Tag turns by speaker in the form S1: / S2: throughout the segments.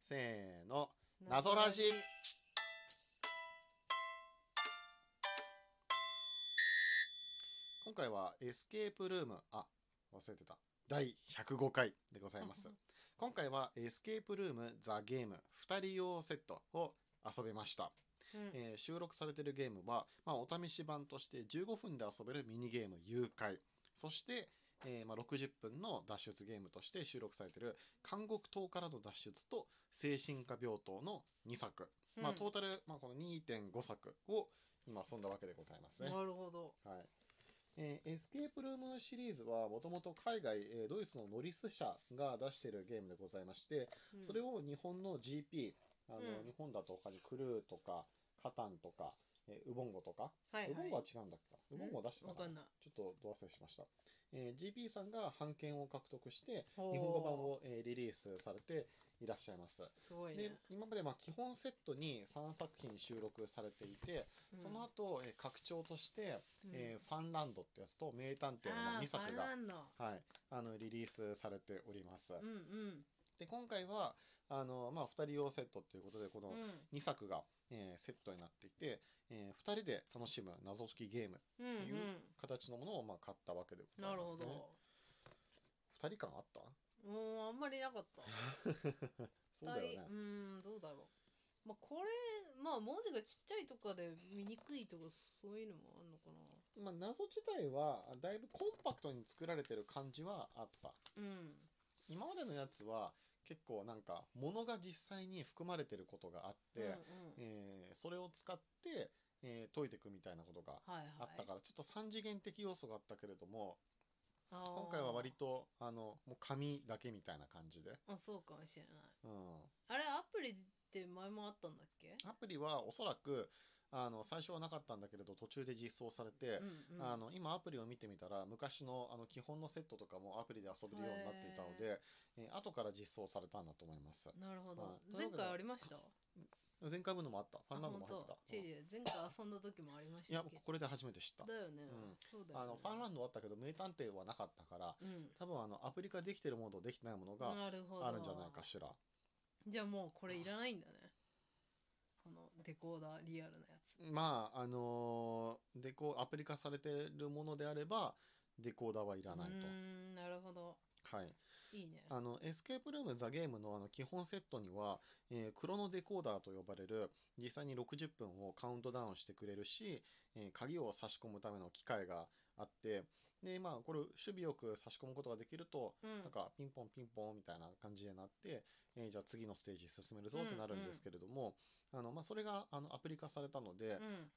S1: せーの。謎ラジ。今回はエスケープルーム、あ、忘れてた。第105回でございます。今回はエスケープルームザゲーム2人用セットを遊べました。
S2: うん
S1: えー収録されているゲームは、まあ、お試し版として15分で遊べるミニゲーム「誘拐」そして、えーまあ、60分の脱出ゲームとして収録されている「監獄島からの脱出」と「精神科病棟」の2作、まあ、トータル、まあ、この2.5作を今遊んだわけでございますね。
S2: なるほど。
S1: はいえーエスケープルームシリーズはもともと海外、えードイツのノリス社が出しているゲームでございまして、
S2: うん
S1: それを日本の GP、あの
S2: うん
S1: 日本だと他にクルーとか、カタンとか、えーウボンゴとか、
S2: はいはい、
S1: ウボンゴは違うんだっけか、ウボンゴは出してた
S2: わ
S1: か
S2: か
S1: な、
S2: んない。
S1: ちょっとど忘れしました。えー GP さんが版権を獲得して、
S2: 日
S1: 日本語版を、えーリリースされていらっしゃいます。
S2: すごい
S1: で
S2: ね。
S1: 今までまあ基本セットに3作品収録されていて、その後、えー拡張として、
S2: うん、
S1: えーファンランドってやつと名探偵の2作
S2: あーバラ
S1: が、
S2: ンの
S1: はい、あのリリースされております。
S2: うんうん
S1: で今回はあの、まあ、2人用セットということでこ
S2: う
S1: の
S2: ん
S1: 2作が、えーセットになっていて、え2人で楽しむ謎解きゲーム
S2: うんうん
S1: いう形のものを、まあ、買ったわけでござ
S2: ないる
S1: ま
S2: ほ
S1: す、
S2: ど
S1: ね。。2人感あった
S2: うんあんまりなかった。
S1: そうだよね
S2: 二人。うんどうだろう。まあこれまあ文字がちっちゃいとかで見にくいとかそういうのもあるのかな。
S1: まあ、謎自体はだいぶコンパクトに作られてる感じはあった。
S2: うん
S1: 今までのやつは結構なんか物が実際に含まれてることがあって、
S2: うんうん
S1: えーそれを使って、えー解いていくみたいなことが
S2: はいはい。
S1: あったから、ちょっと3次元的要素があったけれども
S2: あー
S1: 今回は割とあのもう紙だけみたいな感じで、
S2: あそうかもしれない。
S1: うん、
S2: あれアプリって前もあったんだっけ？
S1: アプリはおそらくあの最初はなかったんだけれど途中で実装されて、
S2: うんうん
S1: あの今アプリを見てみたら昔のあの基本のセットとかもアプリで遊べるようになっていたので、えー後から実装されたんだと思います
S2: なるほ
S1: まあ
S2: ど。
S1: という
S2: 前
S1: わけで
S2: 回ありました。
S1: 前回分のもあったファンランドも
S2: あ
S1: 入っ
S2: 本
S1: てた、
S2: 当チ
S1: うん
S2: リ前回遊んだ時もありまし
S1: いや
S2: たっ
S1: 僕
S2: け
S1: これで初めて知った
S2: だよね、
S1: うん
S2: そうだ
S1: あ
S2: よね
S1: のファンランドはあったけど名探偵はなかったから
S2: うん
S1: 多分あのアプリ化できてるものとできてないものが
S2: なるほど
S1: あるんじゃないかしら
S2: じゃあもうこれいらないんだねこのデコーダーリアルなやつ
S1: まああのーデコアプリ化されてるものであればデコーダーはいらないう
S2: ーんなるほど
S1: と、はい、
S2: いいね
S1: あのエスケープルームザゲームのあの基本セットには、えークロノデコーダーと呼ばれる実際に60分をカウントダウンしてくれるし、えー鍵を差し込むための機械があってで、まあ、これ守備よく差し込むことができると
S2: うん
S1: なんかピンポンピンポンみたいな感じになって、えーじゃあ次のステージ進めるぞってなるんですけれども、あのまあ、それがあのアプリ化されたので、
S2: うん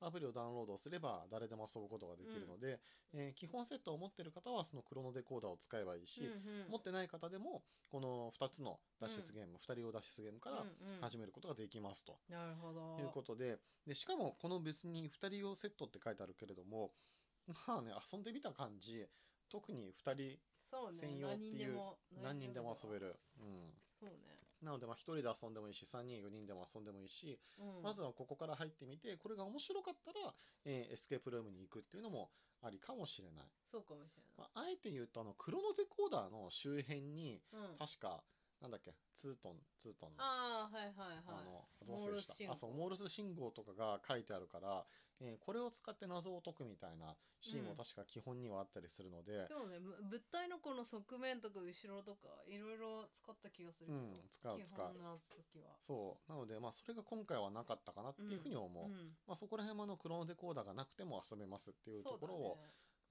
S1: アプリをダウンロードすれば誰でも遊ぶことができるので、えー基本セットを持ってる方はそのクロノデコーダーを使えばいいし、
S2: うんうん
S1: 持ってない方でもこの2つの脱出ゲーム、2人用脱出ゲームから
S2: うんうん
S1: 始めることができますと
S2: なるほど
S1: いうことで,、でしかもこの別に2人用セットって書いてあるけれどもまあね遊んでみた感じ特に2人
S2: そう
S1: 専
S2: ね
S1: 用っ
S2: 何
S1: ていう何人
S2: 人でも
S1: でも遊べ
S2: る
S1: る、う
S2: そうね、
S1: ん、なのでまあ1人で遊んでもいいし3人4人でも遊んでもいいし、
S2: うん、
S1: まずはここから入ってみてこれが面白かったら、えーエスケープルームに行くっていうのもありかもしれない、
S2: そうかもしれない、
S1: まあ、あえて言うとあのクロノデコーダーの周辺に
S2: うん、
S1: 確か、なんだっけ、ツートン、ツートンの、
S2: ああはいはい
S1: あ
S2: はい
S1: の、どうせでした
S2: モールス信号
S1: あ、そう、モールス信号とかが書いてあるから、えーこれを使って謎を解くみたいなシーン
S2: う
S1: も
S2: ん
S1: 確か基本にはあったりするので
S2: で、もねむ物体のこの側面とか後ろとかいろいろ使った気がする
S1: うん、
S2: けど、
S1: 使う、
S2: 基
S1: 使う
S2: 本。の時は
S1: そう、なので、まあ、それが今回はなかったかなっていうふうに思う。
S2: ん
S1: まあ、そこら辺もあのクロノデコーダーがなくても遊べますっていうところを、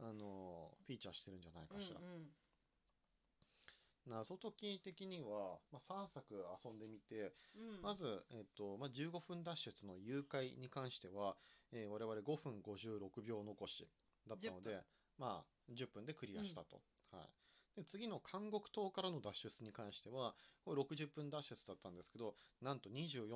S1: あのフィーチャーしてるんじゃない
S2: そうだ
S1: か
S2: ね
S1: しら。
S2: うんうん
S1: 謎解き的には、まあ、3作遊んでみて、
S2: うん
S1: まず、えっとまあ、15分脱出の誘拐に関しては、えー我々5分56秒残しだったの
S2: 10
S1: で、まあ、10分でクリアしたと。はいで次の監獄島からの脱出に関しては、これ60分脱出だったんですけど、なんと24分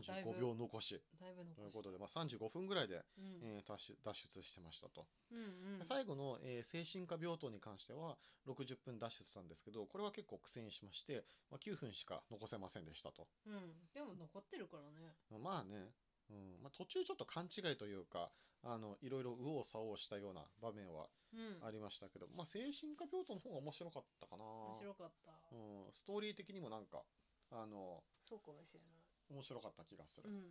S2: だいぶ
S1: 35秒残し
S2: だいぶ残
S1: とい
S2: し
S1: う
S2: た
S1: ことで、まあ、35分ぐらいで、
S2: うん
S1: えー脱出脱出してましたと。
S2: うんうん、
S1: 最後の、えー精神科病棟に関しては60分脱出したんですけど、これは結構苦戦しまして、まあ、9分しか残せませんでしたと。
S2: うん、でも残ってるからね。
S1: まあね、うんまあ、途中ちょっと勘違いというか、あのいろいろ右往左往したような場面は
S2: うん、
S1: ありましたけど、まあ、精神科病棟の方が面白かったかな。
S2: 面白かった。
S1: うん、ストーリー的にもなんかあの
S2: そうかもしれない。
S1: 面白かった気がする
S2: うんうん。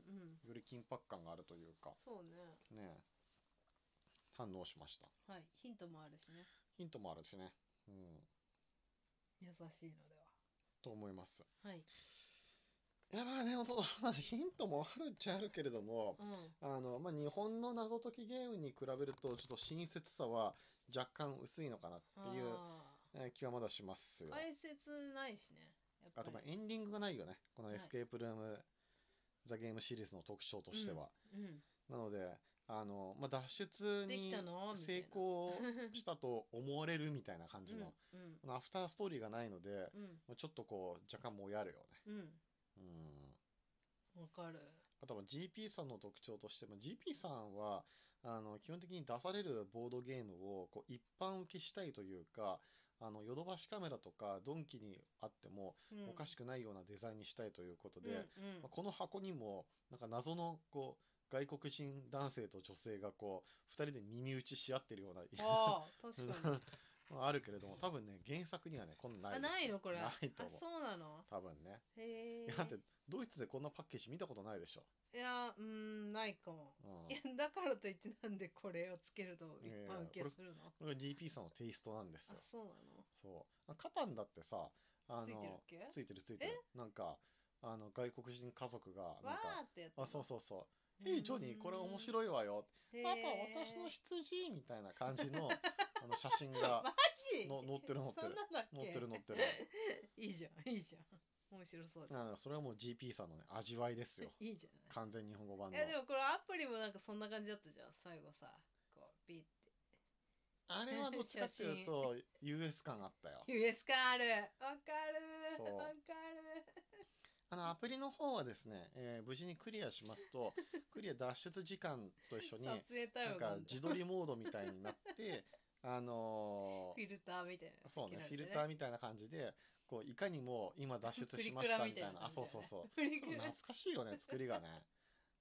S1: より緊迫感があるというか
S2: そうね。
S1: ねえ反応しました
S2: はい。ヒントもあるしね。
S1: ヒントもあるしねうん
S2: 優しいので
S1: と思います
S2: は。はい。
S1: いやまあね本当ヒントもあるっちゃあるけれども
S2: うん。
S1: あの、まあ、日本の謎解きゲームに比べるとちょっと親切さは若干薄いのかなっていう
S2: あ
S1: えー気はまだします
S2: ー
S1: よ
S2: 解説ないしね。やっぱ
S1: あ
S2: り
S1: とまあエンディングがないよねこの
S2: はい
S1: エスケープルーム、ザゲームシリーズの特徴としては、
S2: うん。
S1: なのであの、まあ、脱出
S2: でき
S1: に
S2: たのみたいな
S1: 成功したと思われるみたいな感じの、
S2: うんうん
S1: このアフターストーリーがないので、
S2: うん
S1: まあちょっとこう若干もやるよね
S2: うん。
S1: うん
S2: わかる。
S1: あとは GP さんの特徴として、まあ、GP さんはあの基本的に出されるボードゲームをこう一般受けしたいというかあのヨドバシカメラとかドンキにあっても
S2: うん、
S1: おかしくないようなデザインにしたいということで、
S2: うんうん
S1: まあこの箱にもなんか謎のこう外国人男性と女性がこう2人で耳打ちし合ってるような
S2: あ あ、確かに。
S1: ま ああるけれども多分ね原作にはねこんな
S2: あ、
S1: んないです
S2: ないのこれ。
S1: ないと思
S2: あ、
S1: う
S2: そうなの
S1: 多分ね、
S2: へえ。
S1: いやだってドイツでこんなパッケージ見たことないでしょ、
S2: いや、うーん、ないかも。
S1: うん
S2: いや、だからといってなんでこれをつけると
S1: い
S2: 一
S1: やいや
S2: 般
S1: こ
S2: 受け
S1: れ
S2: するの
S1: これが GP さんのテイストなんです
S2: あ
S1: よ、
S2: そうな
S1: そうあカタンだってさあ
S2: の
S1: の
S2: ついてるっけ
S1: ついてるついてるなんかあの外国人家族がなん
S2: わ
S1: か
S2: ーってやつ
S1: あそうそうそう「えいジョニーこれ面白いわよ」
S2: い
S1: パパ私の羊みたいな感じ のあの写真が
S2: マジ
S1: の載ってる載ってる
S2: そんなんだっけ
S1: 載ってる載ってる
S2: いいじゃんいいじゃん面白そうじゃん
S1: あのそれはもう GP さんのね味わいですよ
S2: いいじゃ
S1: 完全日本語版
S2: な
S1: の
S2: いいやでもこれアプリもなんかそんな感じだったじゃん最後さこうビッて
S1: あれはどっちかっていうと US 感あった よ
S2: US 感あるわか
S1: そ
S2: る
S1: う
S2: わかる
S1: あのアプリの方はですね、えー無事にクリアします とクリア脱出時間と一緒に
S2: 撮影タイ
S1: なん
S2: ムがあ
S1: か
S2: んだ
S1: 自撮りモードみたいにな ってあの
S2: フ
S1: ー
S2: ィルターみたいな
S1: そうねフィルターみたいな感じでこういかにも今脱出しましたみ たいなあそうそうそう
S2: うプリ
S1: ちょっと
S2: クラ
S1: 懐かしいよね、作りがね。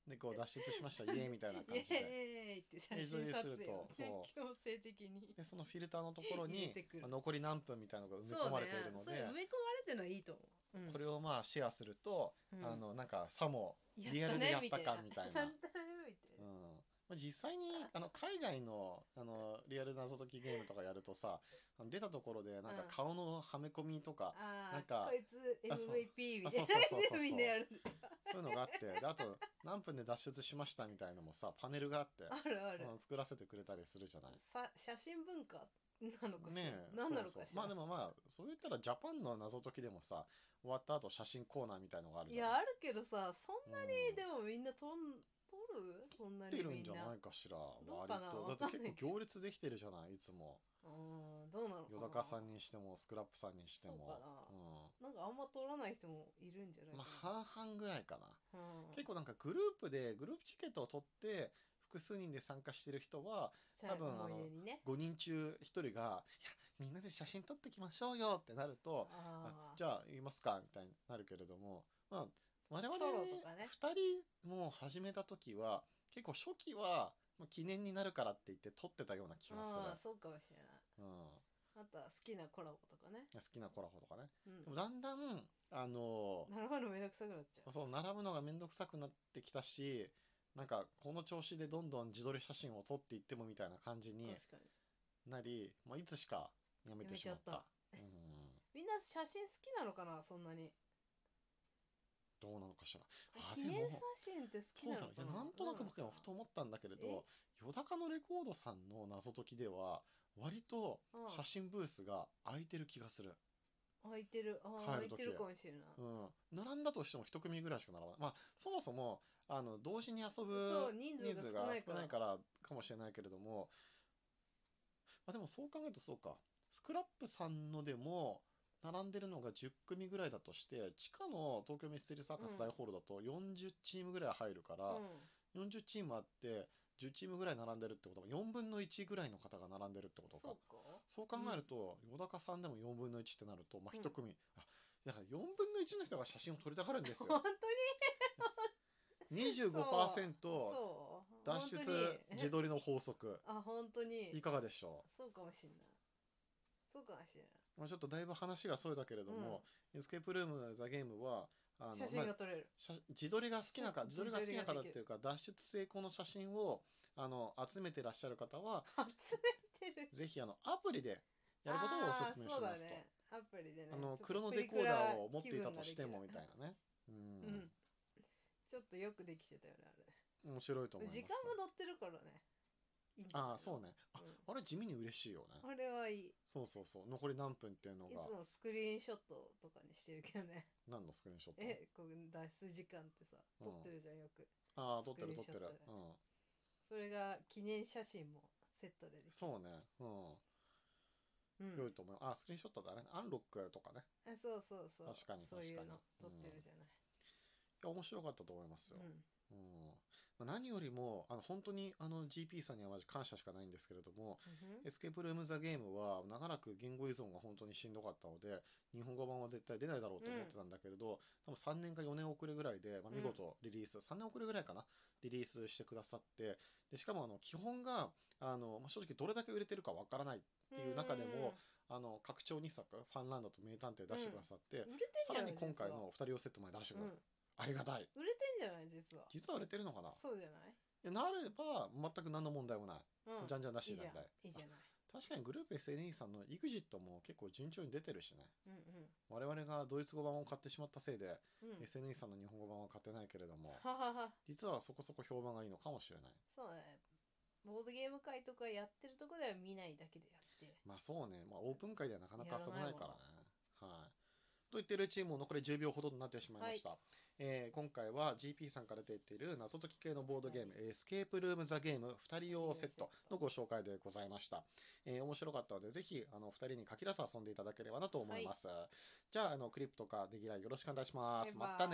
S1: で、こう脱出しました、イエーイみたいな感じ
S2: イ
S1: で。
S2: エーイって写真撮影をね
S1: 映像にすると
S2: 強制的に
S1: で、そのフィルターのところ
S2: 入れ
S1: に
S2: てくる
S1: まあ残り何分みたいなのが埋め込まれているの
S2: そうね、そ
S1: で
S2: う、埋め込まれてるのはいいと思う、うん
S1: これをまあシェアすると、
S2: うん
S1: あの、なんかさも、
S2: や
S1: リアルでやったかみたいな
S2: やったねみたい
S1: うん
S2: な。
S1: まあ実際にあの海外のあのリアル謎解きゲームとかやるとさ、あの出たところでなんか
S2: うん
S1: 顔のはめ込みとか、
S2: あ
S1: な
S2: あ
S1: ん
S2: ー、
S1: か
S2: こいつ
S1: あそう
S2: MVP み
S1: あ
S2: たい
S1: そう
S2: な
S1: そうそう そう
S2: みんなやるんでしょ。
S1: そういうのがあって、で、あと何分で脱出しましたみたいなのもさ、パネルがあって、
S2: あるある。
S1: うん作らせてくれたりするじゃない。
S2: さ写真文化なのかしら。
S1: ねえ、
S2: 何なの
S1: そうそ
S2: か
S1: う
S2: し
S1: ま
S2: ら。
S1: あでもまあ、そう言ったらジャパンの謎解きでもさ、終わった後写真コーナーみたいのがある
S2: い
S1: じゃ
S2: や
S1: ない
S2: あるけどさ、そんな
S1: うん
S2: にでもみんな撮ん撮るそんな
S1: 撮って
S2: に
S1: る
S2: み
S1: ん
S2: ん
S1: じゃ
S2: な。
S1: ないかしら、
S2: う
S1: 割
S2: かな
S1: と。だっ
S2: わ
S1: て
S2: かんない
S1: 結構行列できてるじゃない、いつも。
S2: うん、どうなのかな。
S1: ヨダカさんにしても、スクラップさんにして
S2: そう
S1: も
S2: か。なんかあんま撮らない人もいるんじゃな
S1: うん。
S2: い
S1: ま
S2: か
S1: あ、半々ぐらいかな。
S2: な。うん
S1: 結構なんかグループで、グループチケットを取って、複数人で参加してる人は、
S2: じゃあ
S1: 多分あの
S2: 思い出にね。
S1: 5人中1人が、いや、みんなで写真撮ってきましょうよってなると、あ
S2: あ
S1: じゃあ言いますかみたいになるけれども、まあ、我々
S2: ソロとかね
S1: 2人も始めた時は結構初期はまあ記念になるからって言って撮ってたような気
S2: あ
S1: がする、
S2: ーそうかもしれない。
S1: うん、
S2: あとは好きなコラボとかね。
S1: 好きなコラボとかね
S2: うん
S1: でもだんだんあの
S2: なるほど、めんどくさくなっちゃう。
S1: そう並ぶのが面倒くさくなってきたしなんかこの調子でどんどん自撮り写真を撮っていってもみたいな感じに
S2: 確かに。
S1: なり、まあ、いつしかやめてしまった
S2: やめちゃっ
S1: うん
S2: みんな写真好きなのかな、そんなに。
S1: どうなのかしらあ
S2: 記
S1: で
S2: 念
S1: も
S2: 写真って好き
S1: どう
S2: な
S1: だ
S2: の
S1: ろうい
S2: か
S1: やな
S2: な。
S1: んとなく僕
S2: どう
S1: は
S2: の
S1: ふ
S2: か
S1: と思ったんだけれど、ヨダカのレコードさんの謎解きでは、割と
S2: うん
S1: 写真ブースが空いてる気がする。
S2: な空いてる。あー
S1: 帰
S2: 空
S1: る
S2: い
S1: 時
S2: てるかもしれない。
S1: うん。並んだとしても一組ぐらいしか並ばない。まあ、そもそも、あの、同時に遊ぶ
S2: そう、人
S1: 人
S2: 数
S1: 数
S2: が
S1: が
S2: 少
S1: 少
S2: な
S1: ないい
S2: から。
S1: からかもしれないけれども、あ、でもそう考えるとそうか。スクラップさんのでも、並んでるのが10組ぐらいだとして、地下の東京ミステリーサーカス大ホールだと40チームぐらい入るから、40チームあって、10チームぐらい並んでるってことは、4分の1ぐらいの方が並んでるってこ
S2: う
S1: と
S2: ん、
S1: か。
S2: そうか。
S1: そう考えると、ヨダカさんでも4分の1ってなると、まあ、
S2: うん
S1: 1組、あ、だから4分の1の人が写真を撮りたがるんです
S2: 本
S1: よ。
S2: 当に
S1: 25%
S2: そう。
S1: 脱出
S2: 本当に
S1: 自撮りの法則。
S2: あ、本当
S1: い
S2: に。
S1: かがでしょ
S2: そうかもしれない。そうかもしれない。
S1: まあ、ちょっとだいぶ話がそれだけれども、エスケープルームザゲームは、あの
S2: 写
S1: まあ
S2: 真が撮れる。
S1: 写自撮りが好きなか、
S2: うん
S1: 自撮りが好きな方っ
S2: 自撮りができる
S1: ていうか、脱出成功の写真をあの集めてらっしゃる方は、
S2: 集めてる。
S1: ぜひあのアプリでやることをお勧めし
S2: あー
S1: ます
S2: そう
S1: と
S2: だ。ね、アプリでね。
S1: あ
S2: ちょ
S1: の
S2: っと
S1: 黒のデコーダーを持っていたとしてもみたいなね。う
S2: プリクラ気
S1: ん。
S2: 分ができる。うんちょっとよくできてたよね、
S1: 面白いと
S2: あ
S1: 思い
S2: れ。
S1: ます。
S2: 時間も載ってるからね。いいんじゃ
S1: ああ、
S2: ない
S1: そうね。ああ
S2: うん
S1: れ地味に嬉しいよね。
S2: あれはいい。い
S1: そうそうそう。残り何分っていうの
S2: つ
S1: が
S2: もスクリーンショットとかにしてるけどね。
S1: 何のスクリーンショット
S2: え、こう脱出時間ってさ、
S1: うん
S2: 撮ってるじゃん、よく。
S1: ああ、撮ってる撮っ
S2: ス
S1: て
S2: クリーンショ
S1: るう
S2: ットだ。ね
S1: ん。
S2: それが記念写真もセットでできる。
S1: そうね。うん。
S2: うん
S1: 良いと思う。あ、スクリーンショットだね。アンロックとかね。
S2: あそうそうそう。
S1: 確かに
S2: そういう
S1: 確かに
S2: の撮ってるじゃない。
S1: いや面白かったと思いますよ。
S2: うん
S1: うんまあ何よりも、あの本当にあの GP さんにはまじ感謝しかないんですけれども、
S2: うん
S1: エスケープルーム・ザ・ゲームは長らく言語依存が本当にしんどかったので、日本語版は絶対出ないだろうと思ってたんだけれど、多分3年か4年遅れぐらいで、まあ、
S2: うん
S1: 見事リリース、3年遅れぐらいかな、リリースしてくださって、でしかもあの基本があの、まあ、正直どれだけ売れてるかわからない、ていう中でも、あの拡張2作、ファンランドと名探偵出してくださって、
S2: うん売れてん
S1: さ
S2: じ
S1: ら
S2: ゃな
S1: に
S2: い
S1: 今回
S2: 実は
S1: の2人をセットまで出してくれる、
S2: う
S1: ありがたい。
S2: ん、売れてんじゃない実は。
S1: 実は売れてるのかな
S2: そうじゃない
S1: いやなれば全く何の問題もない。
S2: うん。
S1: じゃんじゃん出して
S2: いい
S1: い
S2: じ
S1: た
S2: ゃん
S1: だきたい。
S2: いいじゃない。
S1: 確かにグループ SNE さんの EXIT も結構順調に出てるしね。
S2: うん
S1: 我々がドイツ語版を買ってしまったせいで、
S2: うん。うん、
S1: SNE さんの日本語版は買ってないけれども、
S2: ははは。
S1: 実はそこそこ評判がいいのかもしれない。
S2: そうだね。ボードゲーム会とかやってるとこでは見ないだけでやって。
S1: まあそうね、まあオープン会ではなかなか
S2: やら
S1: 遊ば
S2: ない
S1: ないからね。はい。と言ってるうちにもう残り10秒ほどになってしまいました。えー今回は GP さんから出ている謎解き系のボードゲーム、エスケープルームザゲーム2人用セットのご紹介でございました。えー面白かったので、ぜひあの2人に限らず遊んでいただければなと思います。じゃあ、あのクリプトかデギラよろしくお願いします。
S2: バイバイ
S1: またね